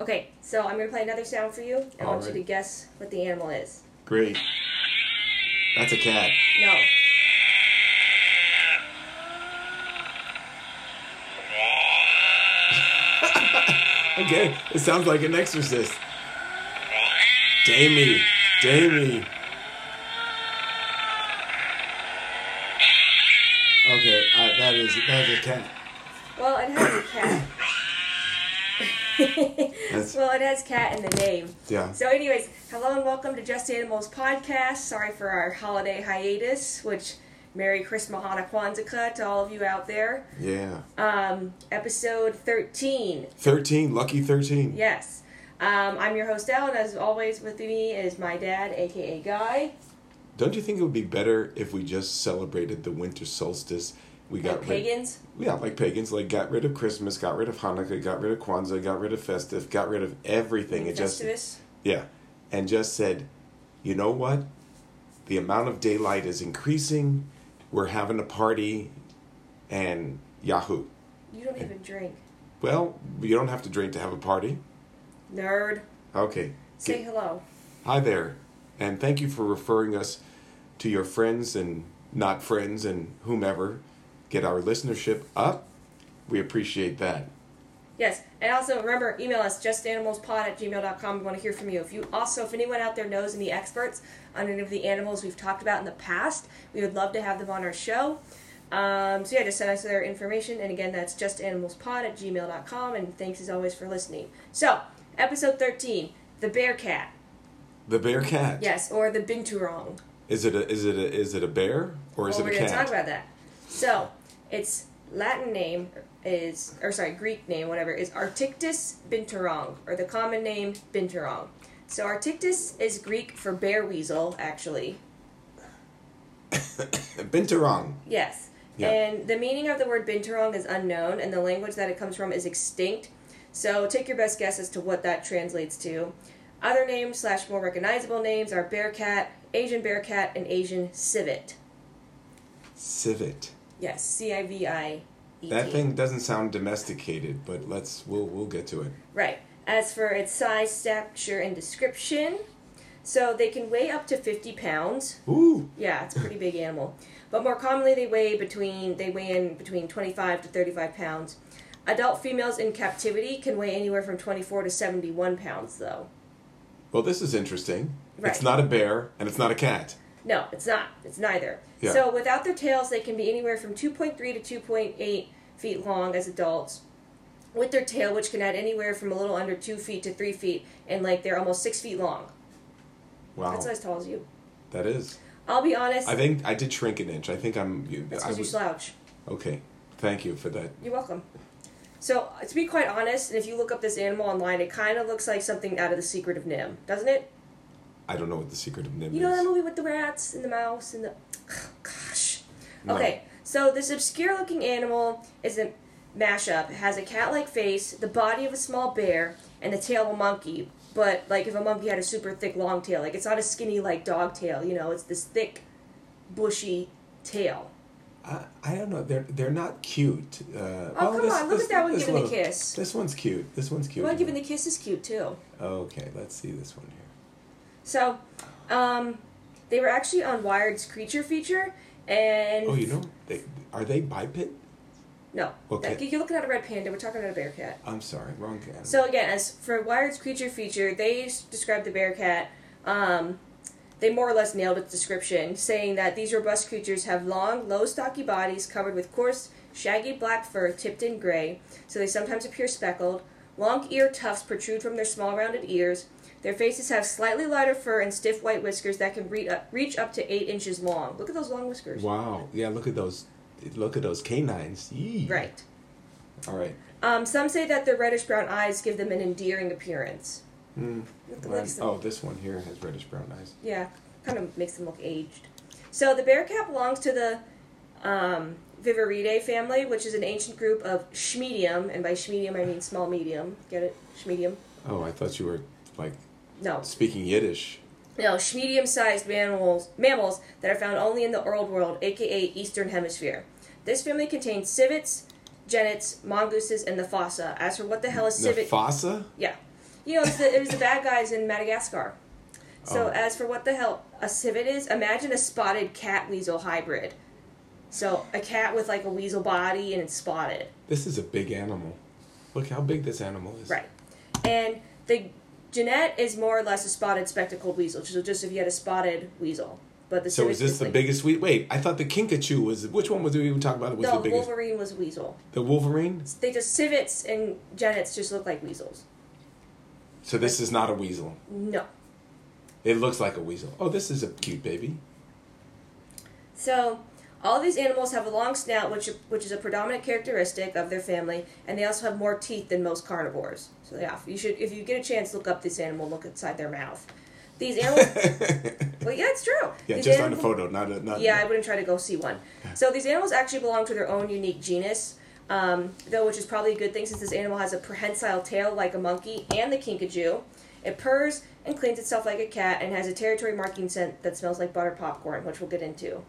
Okay, so I'm gonna play another sound for you. I want you Alright. to guess what the animal is. Great. That's a cat. No. Okay, it sounds like an exorcist. Damie. Damie. Okay, uh, that is that is a cat. Well, it has a cat. That's well, it has cat in the name. yeah. So, anyways, hello and welcome to Just Animals podcast. Sorry for our holiday hiatus, which Merry Christmas, Mahana Kwanzaa to all of you out there. Yeah. Um, episode 13. Thirteen, lucky thirteen. Yes. Um, I'm your host, Elle, and as always, with me is my dad, aka Guy. Don't you think it would be better if we just celebrated the winter solstice? We Like got rid- pagans. yeah, like pagans, like got rid of Christmas, got rid of Hanukkah, got rid of Kwanzaa, got rid of Festive, got rid of everything. It just Festivus. Yeah. And just said, you know what? The amount of daylight is increasing. We're having a party. And Yahoo. You don't even drink. Well, you don't have to drink to have a party. Nerd. Okay. Say Get- hello. Hi there. And thank you for referring us to your friends and not friends and whomever. Get our listenership up. We appreciate that. Yes, and also remember, email us justanimalspod at gmail.com. We want to hear from you. If you also, if anyone out there knows any experts on any of the animals we've talked about in the past, we would love to have them on our show. Um, so yeah, just send us their information. And again, that's justanimalspod at gmail.com. And thanks as always for listening. So, episode 13 The Bear Cat. The bear cat. Yes, or the Binturong. Is it a is it a is it a bear or is well, it Oh, we're a going to talk cat? about that. So, its Latin name is, or sorry, Greek name, whatever, is Artictis binturong, or the common name binturong. So, Artictis is Greek for bear weasel, actually. Binturong. Yes. Yeah. And the meaning of the word binturong is unknown, and the language that it comes from is extinct. So, take your best guess as to what that translates to. Other names slash more recognizable names are bear cat, Asian bear cat, and Asian civet. Civet. Yes, C I V I E T. That thing doesn't sound domesticated, but let's we'll we'll get to it. Right. As for its size, stature, and description, so they can weigh up to 50 pounds. Ooh, Yeah, it's a pretty big animal. But more commonly, they weigh between they weigh in between 25 to 35 pounds. Adult females in captivity can weigh anywhere from 24 to 71 pounds, though. well, this is interesting. It's Right. not a bear and it's not a cat. No, it's not. It's neither. Yeah. So without their tails, they can be anywhere from 2.3 to 2.8 feet long as adults. With their tail, which can add anywhere from a little under two feet to three feet, and like they're almost six feet long. Wow, That's not as tall as you. that is. I'll be honest. I think I did shrink an inch. I think I'm. You, that's I because you was- slouch. okay, thank you for that. You're welcome. So, to be quite honest, and if you look up this animal online, it kind of looks like something out of The Secret of Nim, doesn't it? I don't know what the secret of Nim You know is. that movie with the rats and the mouse and the. Gosh. No. Okay, so this obscure looking animal is a mashup. It has a cat like face, the body of a small bear, and the tail of a monkey. But, like, if a monkey had a super thick long tail, like, it's not a skinny, like, dog tail, you know, it's this thick, bushy tail. I, I don't know. They're they're not cute. Uh, oh come on, look at that one giving the kiss. This one's cute. This one's cute. Well, giving the kiss is cute, too. okay, let's see this one here. So, um, they were actually on Wired's creature feature, and Oh, you know, they, are they biped? no, Okay. Like, you're looking at a red panda. We're talking about a bear cat. I'm sorry, wrong cat. So again, as for Wired's creature feature, they s- described the bear cat. Um, they more or less nailed its description, saying that these robust creatures have long, low, stocky bodies covered with coarse, shaggy black fur tipped in gray, so they sometimes appear speckled. Long ear tufts protrude from their small, rounded ears. Their faces have slightly lighter fur and stiff white whiskers that can re- up, reach up to eight inches long. Look at those long whiskers. wow, yeah, look at those, look at those canines. Yee. Right. All right. Um, some say that their reddish brown eyes give them an endearing appearance. Mm. Look- Well, look- oh, this one here has reddish brown eyes. Yeah, kind of makes them look aged. So the bear cat belongs to the um, Viveridae family, which is an ancient group of Schmedium, and by Schmedium I mean small medium. Get it? Schmedium? Oh, I thought you were like No, speaking Yiddish. no, Schmedium-sized mammals, mammals that are found only in the old world, aka Eastern Hemisphere. This family contains civets, genets, mongooses, and the fossa. As for what the hell is civet? Nefasa? yeah. You know, it's the, it was the bad guys in Madagascar. So Oh. as for what the hell a civet is, imagine a spotted cat weasel hybrid. So a cat with like a weasel body and it's spotted, This is a big animal. Look how big this animal is. right? And the Jeanette is more or less a spotted spectacled weasel, so just if you had a spotted weasel. But the So civet is this the like- biggest we Wait, I thought the Kinkajou was. Which one was we even talking about? Was No, the biggest? Wolverine was a weasel. The Wolverine. They just civets and genets just look like weasels. So this is not a weasel. No. It looks like a weasel. Oh, this is a cute baby. So, all these animals have a long snout, which which is a predominant characteristic of their family, and they also have more teeth than most carnivores. So, yeah, you should if you get a chance, look up this animal, look inside their mouth. These animals, well, yeah, it's true. yeah, These just on the animal- photo, not a, not. Yeah, I wouldn't try to go see one. So these animals actually belong to their own unique genus, um, though, which is probably a good thing since this animal has a prehensile tail like a monkey and the kinkajou. It purrs and cleans itself like a cat and has a territory marking scent that smells like butter popcorn, which we'll get into.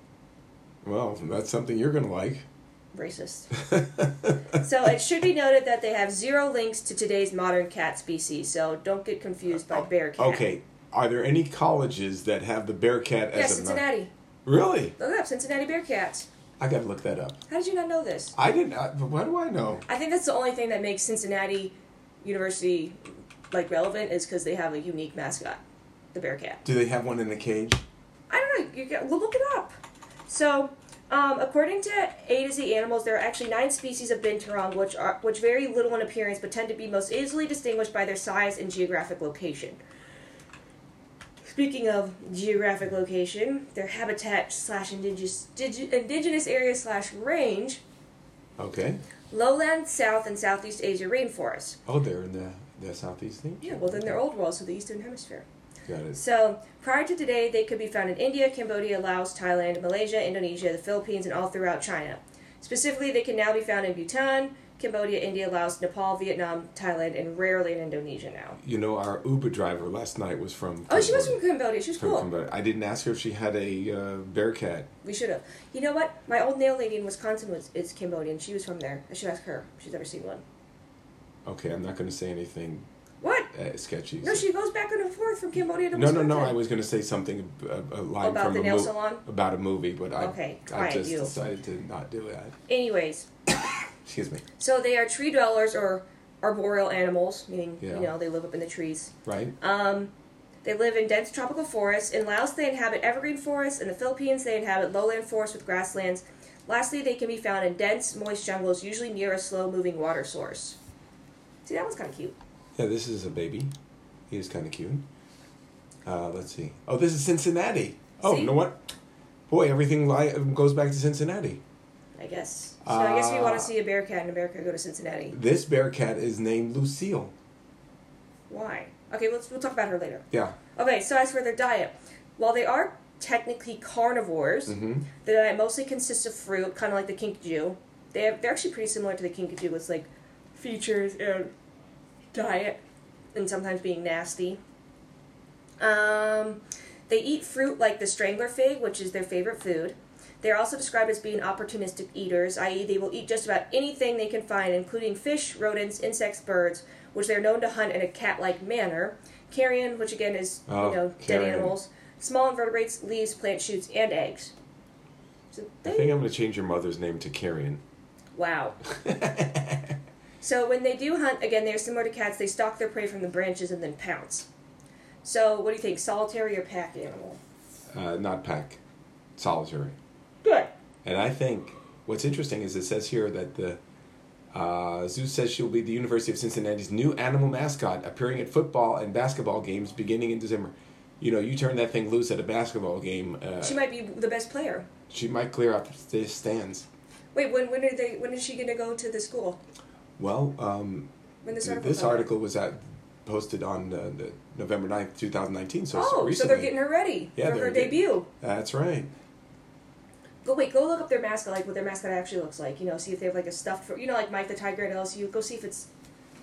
Well, that's something you're gonna like. Racist. so it should be noted that they have zero links to today's modern cat species, so don't get confused by bear cat. Okay, are there any colleges that have the bear cat as Yeah, a mascot? Cincinnati. Really? Look it up Cincinnati bear cats. I gotta look that up. How did you not know this? I didn't. I, but why do I know? I think that's the only thing that makes Cincinnati University like relevant is because they have a unique mascot, the Bearcat. Do they have one in a cage? I don't know. You got, well, look it up. So, um, according to A to Z Animals, there are actually nine species of binturong, which are which vary little in appearance but tend to be most easily distinguished by their size and geographic location. Speaking of geographic location, their habitat slash indigenous digi, indigenous area slash range, Okay. lowland, south and southeast Asia rainforest. Oh, they're in the the southeast thing. Yeah, well, then they're old world, so the Eastern Hemisphere. Got it. So, prior to today, they could be found in India, Cambodia, Laos, Thailand, Malaysia, Indonesia, the Philippines, and all throughout China. Specifically, they can now be found in Bhutan, Cambodia, India, Laos, Nepal, Vietnam, Thailand, and rarely in Indonesia now. You know, our Uber driver last night was from. Oh, she was Cambodia. from Cambodia. She was from cool. Cambodia. I didn't ask her if she had a uh, bear cat. We should have. You know what? My old nail lady in Wisconsin was is Cambodian. She was from there. I should ask her. She's never seen one. Okay, I'm not going to say anything What? uh, sketchy. No, she goes back and forth from Cambodia to No, no, Wisconsin. no. I was going to say something uh, a, a line About from the a nail mo- salon? about a movie, but I Okay, I quiet just you. decided to not do that. Anyways, Excuse me. So they are tree dwellers or arboreal animals, meaning Yeah. you know they live up in the trees. Right? Um, they live in dense tropical forests. In Laos, they inhabit evergreen forests. In the Philippines, they inhabit lowland forests with grasslands. Lastly, they can be found in dense, moist jungles, usually near a slow-moving water source. See, that one's kind of cute. yeah, this is a baby. He is kind of cute. Uh, let's see. Oh, this is Cincinnati. Oh, See? you know what? Boy, everything li- goes back to Cincinnati. I guess. So I guess if you Ah. want to see a bear cat in America, go to Cincinnati. This bear cat is named Lucille. Why? Okay, let's, we'll talk about her later. Yeah. Okay, so as for their diet, while they are technically carnivores, Mm-hmm. The diet mostly consists of fruit, kind of like the kinkajou. They have, they're actually pretty similar to the kinkajou with like features and diet, and sometimes being nasty. Um, they eat fruit like the strangler fig, which is their favorite food. They are also described as being opportunistic eaters, i.e., they will eat just about anything they can find, including fish, rodents, insects, birds, which they are known to hunt in a cat-like manner. Carrion, which again is Oh, you know carrion. dead animals, small invertebrates, leaves, plant shoots, and eggs. So I they, think I'm going to change your mother's name to Carrion. Uh, wow. So when they do hunt, again, they are similar to cats. They stalk their prey from the branches and then pounce. So what do you think, solitary or pack animal? uh, not pack, solitary. Good. And I think what's interesting is it says here that the uh, zoo says she'll be the University of Cincinnati's new animal mascot, appearing at football and basketball games beginning in December. You know, you turn that thing loose at a basketball game, uh, She might be the best player. she might clear out the stands. Wait, when when are they? When is she gonna go to the school? Well, um, When this this article, article? comes out? was at, posted on uh, the November 9th, 2019, so it's Oh, recently. so they're getting her ready Yeah, for they're her getting- debut. That's right. Go wait, go look up their mascot, like what their mascot actually looks like. You know, see if they have like a stuffed, you know, like Mike the Tiger at LSU. Go see if it's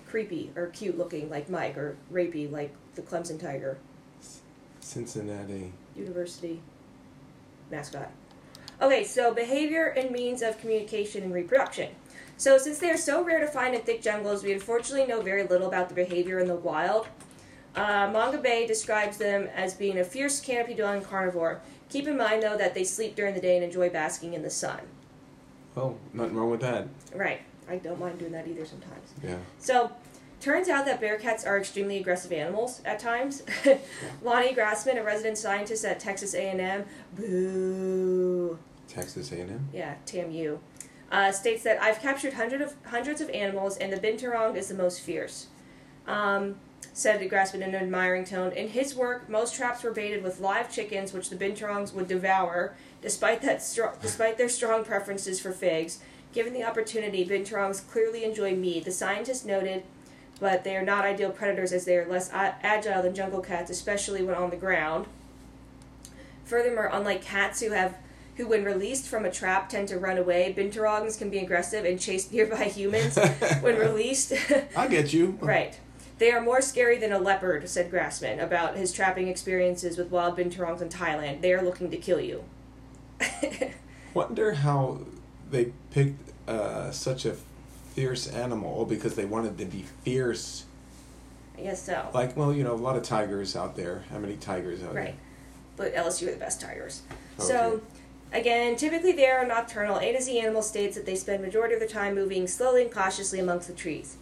creepy or cute looking, like Mike, or rapey, like the Clemson Tiger Cincinnati. University mascot. Okay, so behavior and means of communication and reproduction. So, since they are so rare to find in thick jungles, we unfortunately know very little about their behavior in the wild. Uh, Manga Bay describes them as being a fierce canopy dwelling carnivore. Keep in mind, though, that they sleep during the day and enjoy basking in the sun. Well, nothing wrong with that. Right. I don't mind doing that either sometimes. Yeah. So, turns out that bear cats are extremely aggressive animals at times. Lonnie Grassman, a resident scientist at Texas A&M, boo. Texas A&M. Yeah, TAMU. Uh, states that I've captured hundred of, hundreds of animals, and the binturong is the most fierce. Um, said Grassman in an admiring tone. In his work, most traps were baited with live chickens, which the binturongs would devour, despite that stro- despite their strong preferences for figs. Given the opportunity, binturongs clearly enjoy meat. The scientist noted, but they are not ideal predators as they are less a- agile than jungle cats, especially when on the ground. Furthermore, unlike cats who have who when released from a trap tend to run away, binturongs can be aggressive and chase nearby humans when released. I get you. Right. They are more scary than a leopard, said Grassman about his trapping experiences with wild binturongs in Thailand. They are looking to kill you. Wonder how they picked uh, such a fierce animal Oh, because they wanted to be fierce. I guess so. Like, well, you know, a lot of tigers out there. How many tigers out Right. But LSU are the best tigers. Oh, so, again, typically they are nocturnal. A to Z animal states that they spend majority of their time moving slowly and cautiously amongst the trees.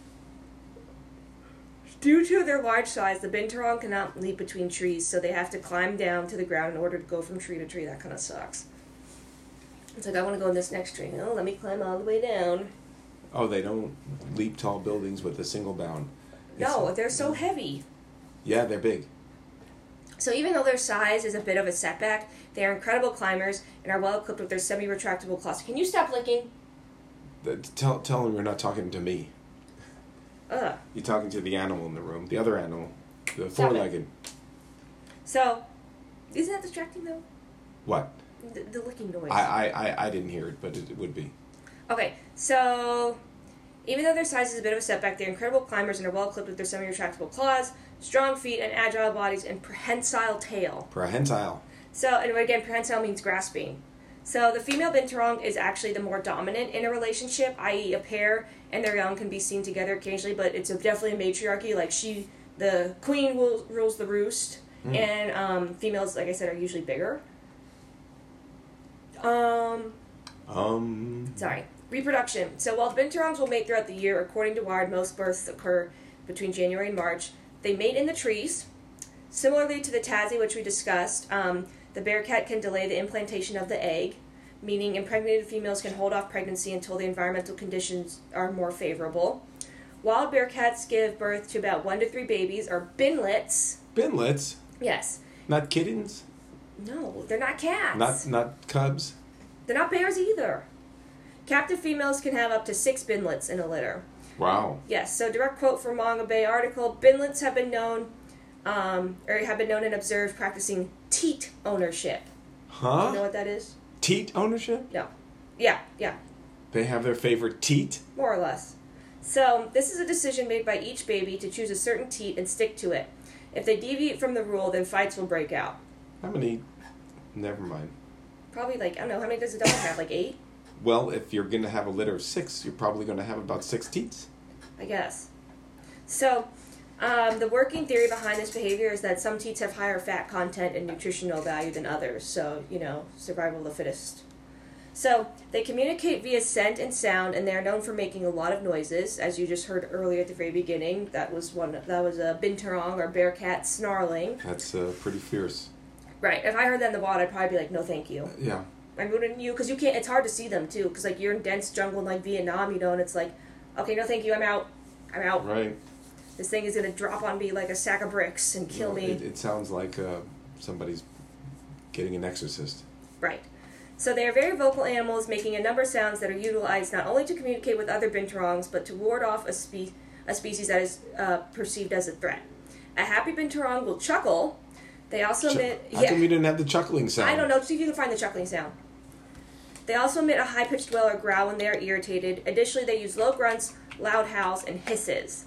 Due to their large size, the binturong cannot leap between trees, so they have to climb down to the ground in order to go from tree to tree. That kind of sucks. It's like I want to go in this next tree. Oh, let me climb all the way down. there? Oh, they don't leap tall buildings with a single bound. It's- No, they're so heavy. Yeah, they're big. So even though their size is a bit of a setback, they are incredible climbers and are well equipped with their semi-retractable claws. Can you stop licking? Th- Tell, tell them you're not talking to me. Ugh. You're talking to the animal in the room, the other animal, the Stop it. four legged. So, isn't that distracting though? What? The, the licking noise. I, I, I, I didn't hear it, but it, it would be. Okay, so even though their size is a bit of a setback, they're incredible climbers and are well equipped with their semi-retractable claws, strong feet, and agile bodies and prehensile tail. Prehensile. So, and again, prehensile means grasping. So, the female binturong is actually the more dominant in a relationship, i.e., a pair and their young can be seen together occasionally, but it's a, definitely a matriarchy. Like, she, the queen, will, rules the roost, and um, females, like I said, are usually bigger. Um, Um. sorry. Reproduction. So, while the binturongs will mate throughout the year, according to Wired, most births occur between January and March. They mate in the trees. Similarly to the Tassie, which we discussed, um, the bear cat can delay the implantation of the egg, meaning impregnated females can hold off pregnancy until the environmental conditions are more favorable. Wild bear cats give birth to about one to three babies, or binlets. Binlets. Yes. Not kittens. No, they're not cats. Not not cubs. They're not bears either. Captive females can have up to six binlets in a litter. Wow. Yes, so direct quote from Manga Bay article Binlets have been known, um, or have been known and observed practicing teat ownership. You know Huh? what that is? Teat ownership? No. Yeah, yeah, They have their favorite teat? more or less. So, this is a decision made by each baby to choose a certain teat and stick to it. If they deviate from the rule, then fights will break out. How many? Never mind. Probably like, I don't know, how many does a dog have? Like eight? Well, if you're going to have a litter of six, you're probably going to have about six teats. I guess. So, um, the working theory behind this behavior is that some teats have higher fat content and nutritional value than others. So, you know, survival of the fittest. So, they communicate via scent and sound, and they are known for making a lot of noises, as you just heard earlier at the very beginning. That was one. That was a binturong or bear cat snarling. That's uh, pretty fierce. Right. If I heard that in the wild, I'd probably be like, "No, thank you." Yeah. I wouldn't you because you can't. It's hard to see them too, because like you're in dense jungle in like Vietnam, you know, and it's like, "Okay, no, thank you. I'm out. I'm out." Right. This thing is gonna drop on me like a sack of bricks and kill No, me. It, it sounds like uh, somebody's getting an exorcist. Right. So they are very vocal animals, making a number of sounds that are utilized not only to communicate with other binturongs, but to ward off a, spe- a species that is uh, perceived as a threat. A happy binturong will chuckle. They also Chuck- emit How come you didn't have the chuckling sound? I don't know. See if you can find the chuckling sound. They also emit a high pitched wail or growl when they are irritated. Additionally, they use low grunts, loud howls, and hisses.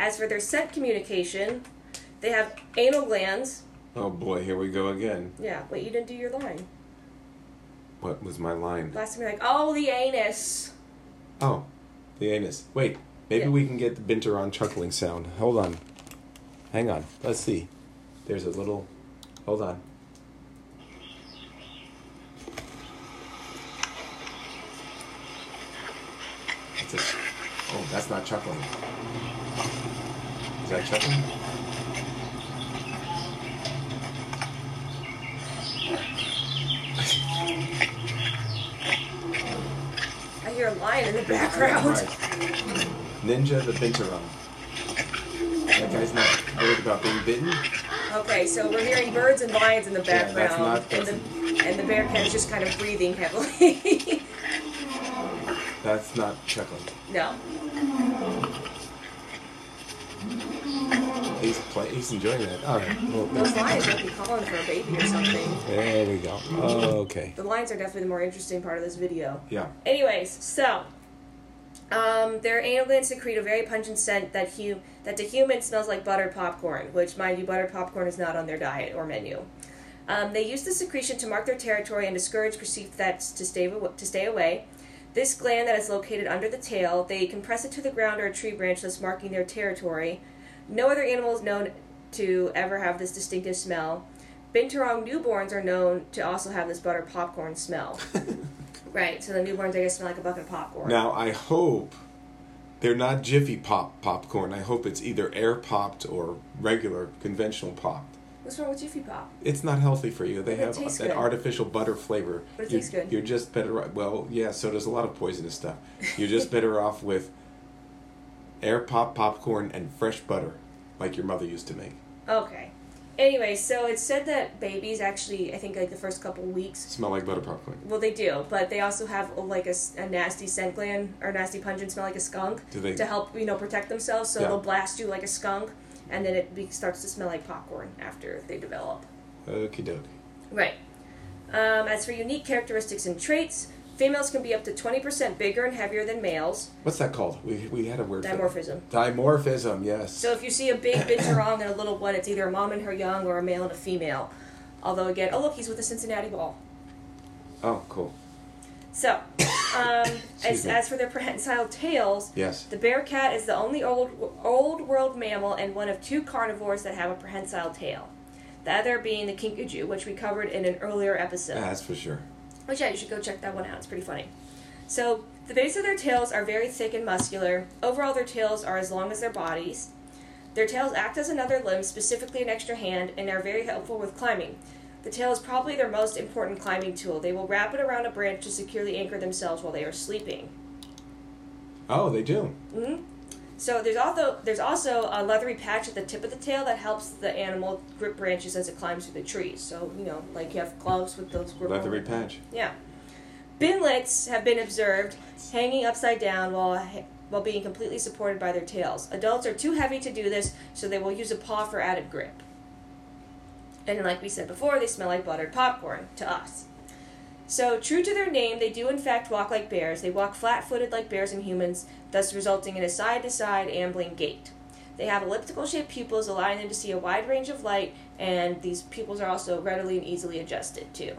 As for their scent communication, they have anal glands. Oh boy, here we go again. Yeah, wait, you didn't do your line. What was my line? Last time you're like, oh, the anus. Oh, The anus. Wait, maybe Yeah. we can get the Binturon chuckling sound. Hold on. Hang on. Let's see. There's a little. Hold on. It's a, oh, that's not chuckling. Is that chuckling? I hear a lion in the Right. background. Ninja the Binturon. That guy's not worried about being bitten. Okay, so we're hearing birds and lions in the Yeah, that's background, not- and the and the bear cat is just kind of breathing heavily. That's not chuckling. no, He's play, he's enjoying that. All right. Well, those that's- lions might be calling for a baby or something. there we go. okay. The lions are definitely the more interesting part of this video. Yeah. Anyways, so um, their anal glands secrete a very pungent scent that hu- that to humans smells like buttered popcorn, which, mind you, buttered popcorn is not on their diet or menu. Um, they use the secretion to mark their territory and discourage perceived threats to stay aw- to stay away. This gland that is located under the tail, they compress it to the ground or a tree branch, thus marking their territory. No other animal is known to ever have this distinctive smell. Binturong newborns are known to also have this buttered popcorn smell. right, so the newborns, I guess, smell like a bucket of popcorn. Now I hope they're not Jiffy Pop popcorn. I hope it's either air popped or regular conventional popped. What's wrong with Jiffy Pop? It's not healthy for you. But They it have tastes that good. artificial butter flavor. But it you, tastes good. You're just better. off- Well, yeah. So there's a lot of poisonous stuff. You're just better off with air pop popcorn and fresh butter, like your mother used to make. Okay. Anyway, so it's said that babies actually, I think, like the first couple weeks, Smell like butter popcorn. well, they do, but they also have like a, s- a nasty scent gland or nasty pungent smell like a skunk Do they- to help, you know, protect themselves. So Yeah. they'll blast you like a skunk, and then it be, starts to smell like popcorn after they develop. Okie dokie. Right. Um, as for unique characteristics and traits, females can be up to 20% bigger and heavier than males. What's that called? We we had a word. for that. Dimorphism. Dimorphism. Yes. So if you see a big binturong and a little one, it's either a mom and her young or a male and a female. Although, again, oh, look, he's with the Cincinnati ball. oh, cool. So, um, Excuse as, me. as for their prehensile tails, Yes. the bear cat is the only old, old world mammal and one of two carnivores that have a prehensile tail. The other being the kinkajou, which we covered in an earlier episode. That's for sure. Which, yeah, you should go check that one out. It's pretty funny. So, the base of their tails are very thick and muscular. Overall, their tails are as long as their bodies. Their tails act as another limb, specifically an extra hand, and are very helpful with climbing. The tail is probably their most important climbing tool. They will wrap it around a branch to securely anchor themselves while they are sleeping. Mm-hmm. Oh, they do. So there's also there's also a leathery patch at the tip of the tail that helps the animal grip branches as it climbs through the trees. So you know, like you have gloves with those grip Leathery patch. Yeah. Binlets have been observed hanging upside down while while being completely supported by their tails. Adults are too heavy to do this, so they will use a paw for added grip. And like we said before, they smell like buttered popcorn to us. So, true to their name, they do in fact walk like bears. They walk flat footed like bears and humans, thus resulting in a side to side ambling gait. They have elliptical shaped pupils, allowing them to see a wide range of light, and these pupils are also readily and easily adjusted too.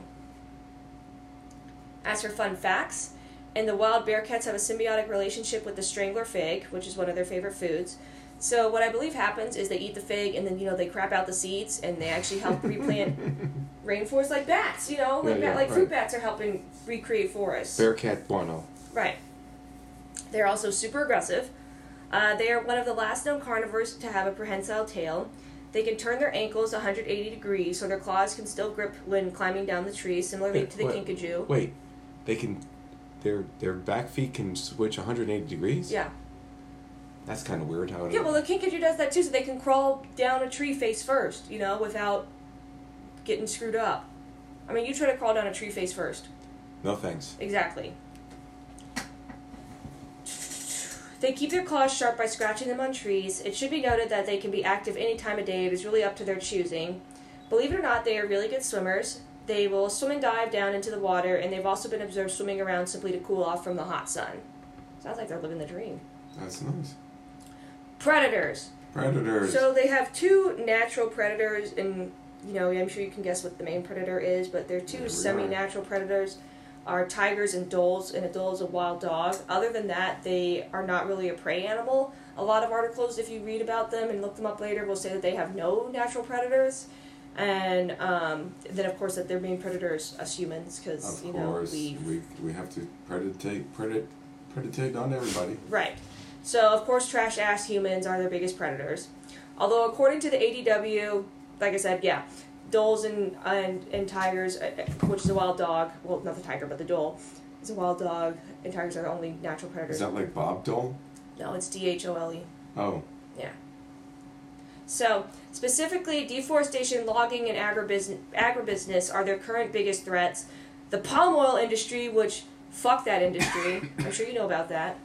As for fun facts, and the wild bear cats have a symbiotic relationship with the strangler fig, which is one of their favorite foods. So what I believe happens is they eat the fig and then you know they crap out the seeds and they actually help replant rainforests like bats. You know, like Yeah, yeah, bat, like fruit right. bats are helping recreate forests. Bearcat guano. Right. They're also super aggressive. Uh, they are one of the last known carnivores to have a prehensile tail. They can turn their ankles 180 degrees, so their claws can still grip when climbing down the tree, similarly to the Wait, kinkajou. Wait, they can. Their their back feet can switch 180 degrees. Yeah. That's kind of weird. How it Yeah, well, the kinkajou does that too, so they can crawl down a tree face first, you know, without getting screwed up. I mean, you try to crawl down a tree face first. No thanks. Exactly. They keep their claws sharp by scratching them on trees. It should be noted that they can be active any time of day. It is really up to their choosing. Believe it or not, they are really good swimmers. They will swim and dive down into the water, and they've also been observed swimming around simply to cool off from the hot sun. Sounds like they're living the dream. That's nice. Predators. Predators. So they have two natural predators, and you know I'm sure you can guess what the main predator is, but they're two Yeah, we are. semi-natural predators. are tigers and doles, and a dole is a wild dog. Other than that, they are not really a prey animal. A lot of articles, if you read about them and look them up later, will say that they have no natural predators. And um, then, of course, that their main predator is us humans, because, Of you know, course, we we, we have to predate, predate, predate on everybody. Right. So, of course, trash ass humans are their biggest predators. Although, according to the ADW, like I said, yeah, doles and, and, and tigers, uh, uh, which is a wild dog, well, not the tiger, but the dole, is a wild dog, and tigers are the only natural Is predators. that like Bob Dole? No, it's D H O L E. Oh, Yeah. So, specifically, deforestation, logging, and agribusiness, agribusiness are their current biggest threats. The palm oil industry, which, fuck that industry. I'm sure you know about that.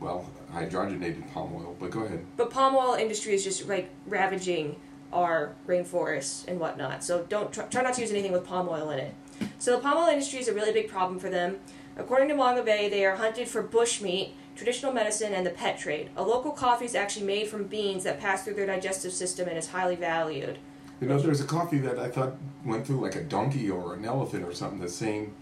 well, hydrogenated palm oil, but go ahead. But palm oil industry is just like ravaging our rainforests and whatnot. So don't try, try not to use anything with palm oil in it. So the palm oil industry is a really big problem for them. According to Manga Bay, they are hunted for bush meat, traditional medicine, and the pet trade. A local coffee is actually made from beans that pass through their digestive system and is highly valued. You know, there's a coffee that I thought went through like a donkey or an elephant or something, the same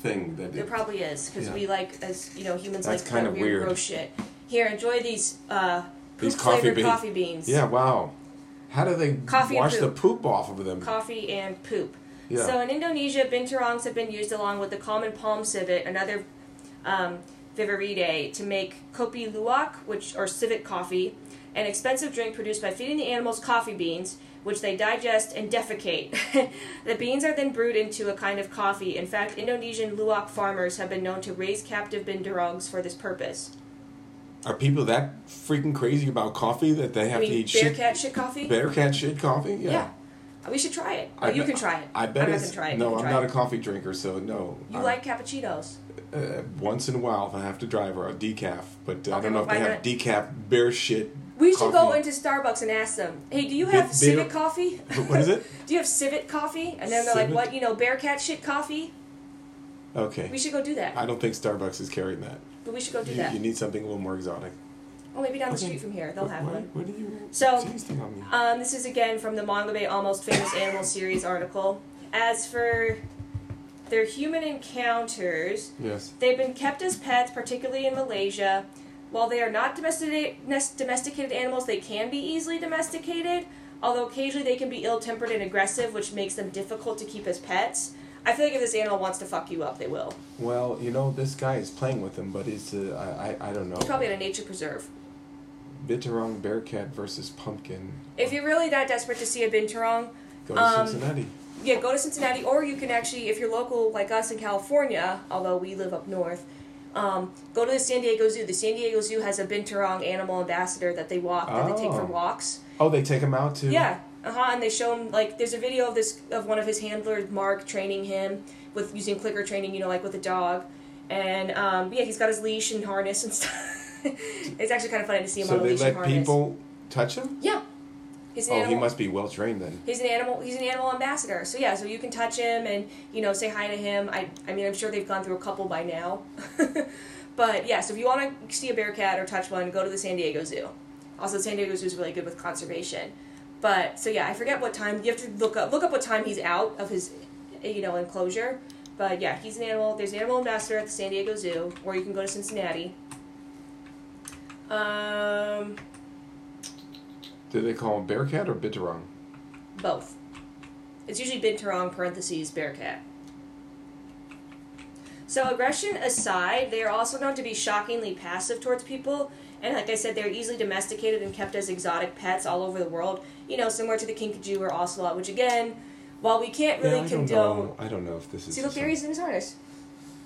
thing that There it, probably is because Yeah. we like as you know humans That's like kind of weird, weird. gross shit. Here, enjoy these uh, These poop coffee flavored beans. coffee beans. Yeah, wow. How do they Coffee and wash the poop. poop off of them? coffee and poop. Yeah. So in Indonesia, binturongs have been used along with the common palm civet, another um, viveridae, to make kopi luwak, which or civet coffee, an expensive drink produced by feeding the animals coffee beans, which they digest and defecate. the beans are then brewed into a kind of coffee. In fact, Indonesian luwak farmers have been known to raise captive binturongs for this purpose. Are people that freaking crazy about coffee that they have I to mean, eat bear shit? cat shit coffee. Bearcat shit coffee? Yeah. yeah. We should try it. I Oh, you bet- can try it. I bet I'm not it's gonna try it. You no. can I'm try not it. a coffee drinker, so no. You I'm- like cappuccinos. uh, once in a while if I have to drive or a decaf, but uh, I Okay, don't well, know if why they not? have decaf bear shit. We should go coffee. into Starbucks and ask them, "Hey, do you have Bit bitter- civet coffee? What is it? do you have civet coffee?" And then they're like, Civet? "What? You know, Bearcat shit coffee." We Okay. should go do that. I don't think Starbucks is carrying that. But we should go do You, that. you need something a little more exotic. oh, maybe down the Okay. street from here, they'll What- have why- one. What are you So, tasting on me? Um, this is again from the Manga Bay Almost Famous Animal Series article. As for their human encounters, yes. They've been kept as pets, particularly in Malaysia. While they are not domesticated, domesticated animals, they can be easily domesticated, although occasionally they can be ill tempered and aggressive, which makes them difficult to keep as pets. I feel like if this animal wants to fuck you up, they will. Well, you know this guy is playing with him, but it's uh, I, I I don't know. It's probably at a nature preserve. Bitterong Bearcat versus Pumpkin. If you're really that desperate to see a binturong, Go to um, Cincinnati. yeah, go to Cincinnati, or you can actually, if you're local like us in California, although we live up north, um, go to the San Diego Zoo. The San Diego Zoo has a binturong animal ambassador that they walk, that they take for Oh. walks. Oh, they take him out to. Yeah, uh huh. And they show him like there's a video of this of one of his handlers, Mark, training him with using clicker training. You know, like with a dog. And um, yeah, he's got his leash and harness and stuff. it's actually kind of funny to see him So on a they leash and let harness. people touch him. Yeah, he's an Oh, animal. he must be well trained then. He's an animal. He's an animal ambassador. So yeah, so you can touch him and you know say hi to him. I I mean I'm sure they've gone through a couple by now, but yeah. So if you want to see a bear cat or touch one, go to the San Diego Zoo. Also, San Diego Zoo is really good with conservation. But so yeah, I forget what time. You have to look up look up what time he's out of his you know enclosure. But yeah, he's an animal. There's an animal ambassador at the San Diego Zoo, or you can go to Cincinnati. Um, Do they call him Bearcat or Bitterong? Both. It's usually binturong parentheses bear cat. So aggression aside, they are also known to be shockingly passive towards people, and like I said, they're easily domesticated and kept as exotic pets all over the world. You know, similar to the kinkajou or ocelot, which again, while we can't really yeah, I don't condone. know. I don't know if this is. See, look, there he is in his harness.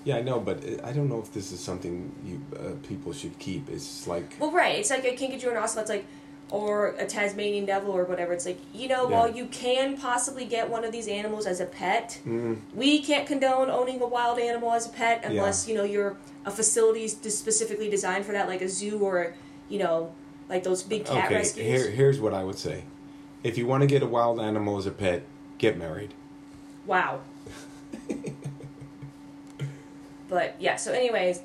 Yeah, I know, but uh, I don't know if this is something you uh, people should keep. It's like Well, right. It's like a kinkajou and ocelot's like, or a Tasmanian devil or whatever. It's like you know, Yeah. while you can possibly get one of these animals as a pet, mm, we can't condone owning a wild animal as a pet unless you know you're a facility is just specifically designed for that, like a zoo or you know, like those big cat okay. rescues. Here, here's what I would say: if you want to get a wild animal as a pet, get married. Wow. but yeah. So, anyways,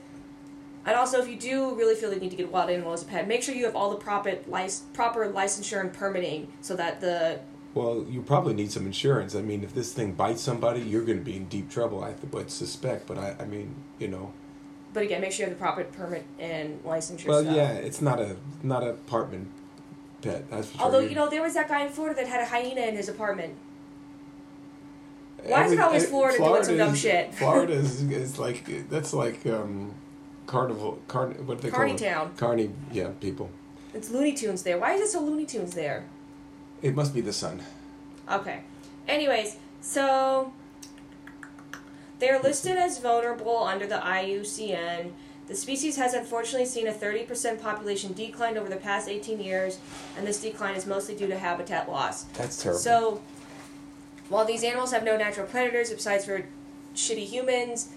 and also if you do really feel the need to get a wild animal as a pet, make sure you have all the proper lic- proper licensure and permitting so that the Well, you probably need some insurance. I mean, if this thing bites somebody, you're going to be in deep trouble. I th- would suspect, but I, I mean, you know, But again, make sure you have the proper permit and licensure well, stuff. yeah, it's not a not an apartment pet. That's for sure. Although, you know, there was that guy in Florida that had a hyena in his apartment. why is it Every- always eh, Florida doing some dumb is- shit? Florida is, is like that's like um, carnival, carn, what do they Carney call it? Town. Carney, yeah, people. It's Looney Tunes there. Why is it so Looney Tunes there? It must be the sun. Okay. Anyways, so they're listed as vulnerable under the IUCN. The species has unfortunately seen a 30% population decline over the past 18 years, and this decline is mostly due to habitat loss. That's terrible. So, while these animals have no natural predators besides for shitty humans,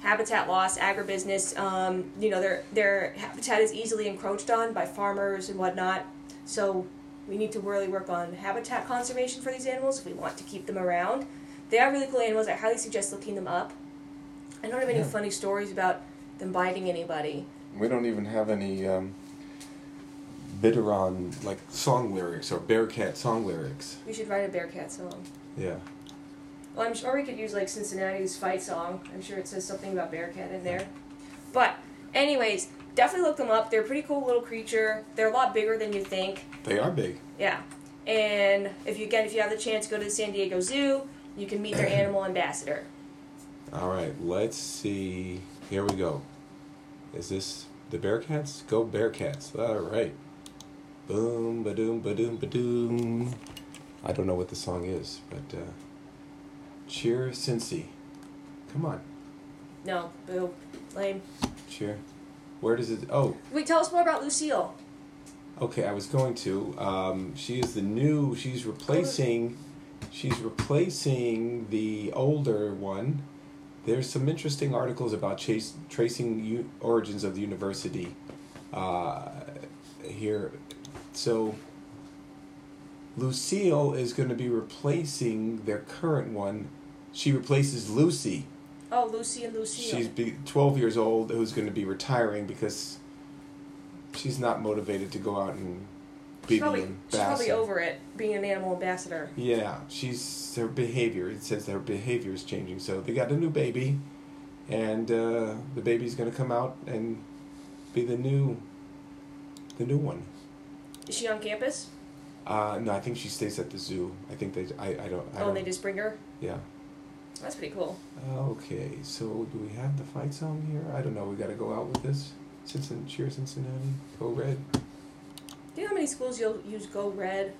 habitat loss, agribusiness, um, you know, their their habitat is easily encroached on by farmers and whatnot. So, we need to really work on habitat conservation for these animals if we want to keep them around. They are really cool animals. I highly suggest looking them up. I don't have any Yeah. funny stories about them biting anybody. we don't even have any um, Bitteron like song lyrics or Bearcat song lyrics. We should write a Bearcat song. Yeah. Well, I'm sure we could use like Cincinnati's fight song. I'm sure it says something about Bearcat in there. But, anyways, definitely look them up. They're a pretty cool little creature. They're a lot bigger than you think. They are big. Yeah. And if you again, if you have the chance, go to the San Diego Zoo. You can meet their animal ambassador. All right, let's see. Here we go. Is this the Bearcats? Go Bearcats. All right. Boom, ba doom, ba doom, ba doom. I don't know what the song is, but uh, cheer Cincy. Come on, No, boo, lame. cheer. Where does it? Oh, Wait, tell us more about Lucille. Okay, I was going to. Um, she is the new. She's replacing. She's replacing the older one. There's some interesting articles about chase, tracing u- origins of the university uh, here. So Lucille is going to be replacing their current one. She replaces Lucy. Oh, Lucy and Lucille. She's be, 12 years old who's going to be retiring because she's not motivated to go out and be She's the probably, she's probably ambassador. over it being an animal ambassador. Yeah, she's her behavior. It says her behavior is changing. So they got a new baby, and uh, the baby's going to come out and be the new, the new one. Is she on campus? Uh, no, I think she stays at the zoo. I think they. I, I don't. oh, I don't and they just bring her. yeah. That's pretty cool. Okay, so do we have the fight song here? I don't know. We got to go out with this. Cincinnati, cheer Cincinnati, go red. Do you know how many schools you'll use Go Red?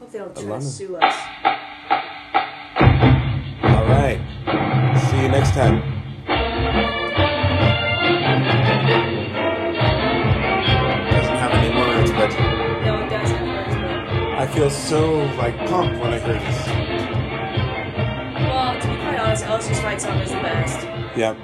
Hope they don't try Alana. to sue us. All right. See you next time. Doesn't have any words, but No, it does have words, but I feel so like pumped when I hear this. well, to be quite honest, LSU's fight song is the best. Yep.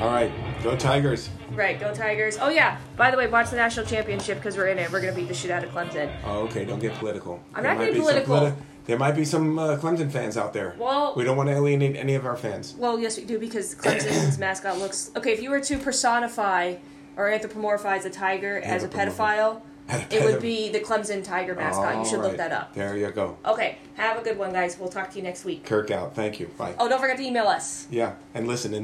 All right. Go Tigers. Right, go Tigers! Oh yeah, by the way, watch the national championship because we're in it. We're gonna beat the shit out of Clemson. Oh, okay. Don't get political. I'm There not might getting be some political. there might be some uh, Clemson fans out there. Well- we don't want to alienate any of our fans. Well, yes, we do because Clemson's mascot looks okay. If you were to personify or anthropomorphize a tiger as a pedophile, Anthropomorph- At a it would pedo- be the Clemson tiger mascot. you should All look right. that up. There you go. Okay, have a good one, guys. We'll talk to you next week. Kirk out. Thank you. Bye. Oh, don't forget to email us. Yeah, and listen. And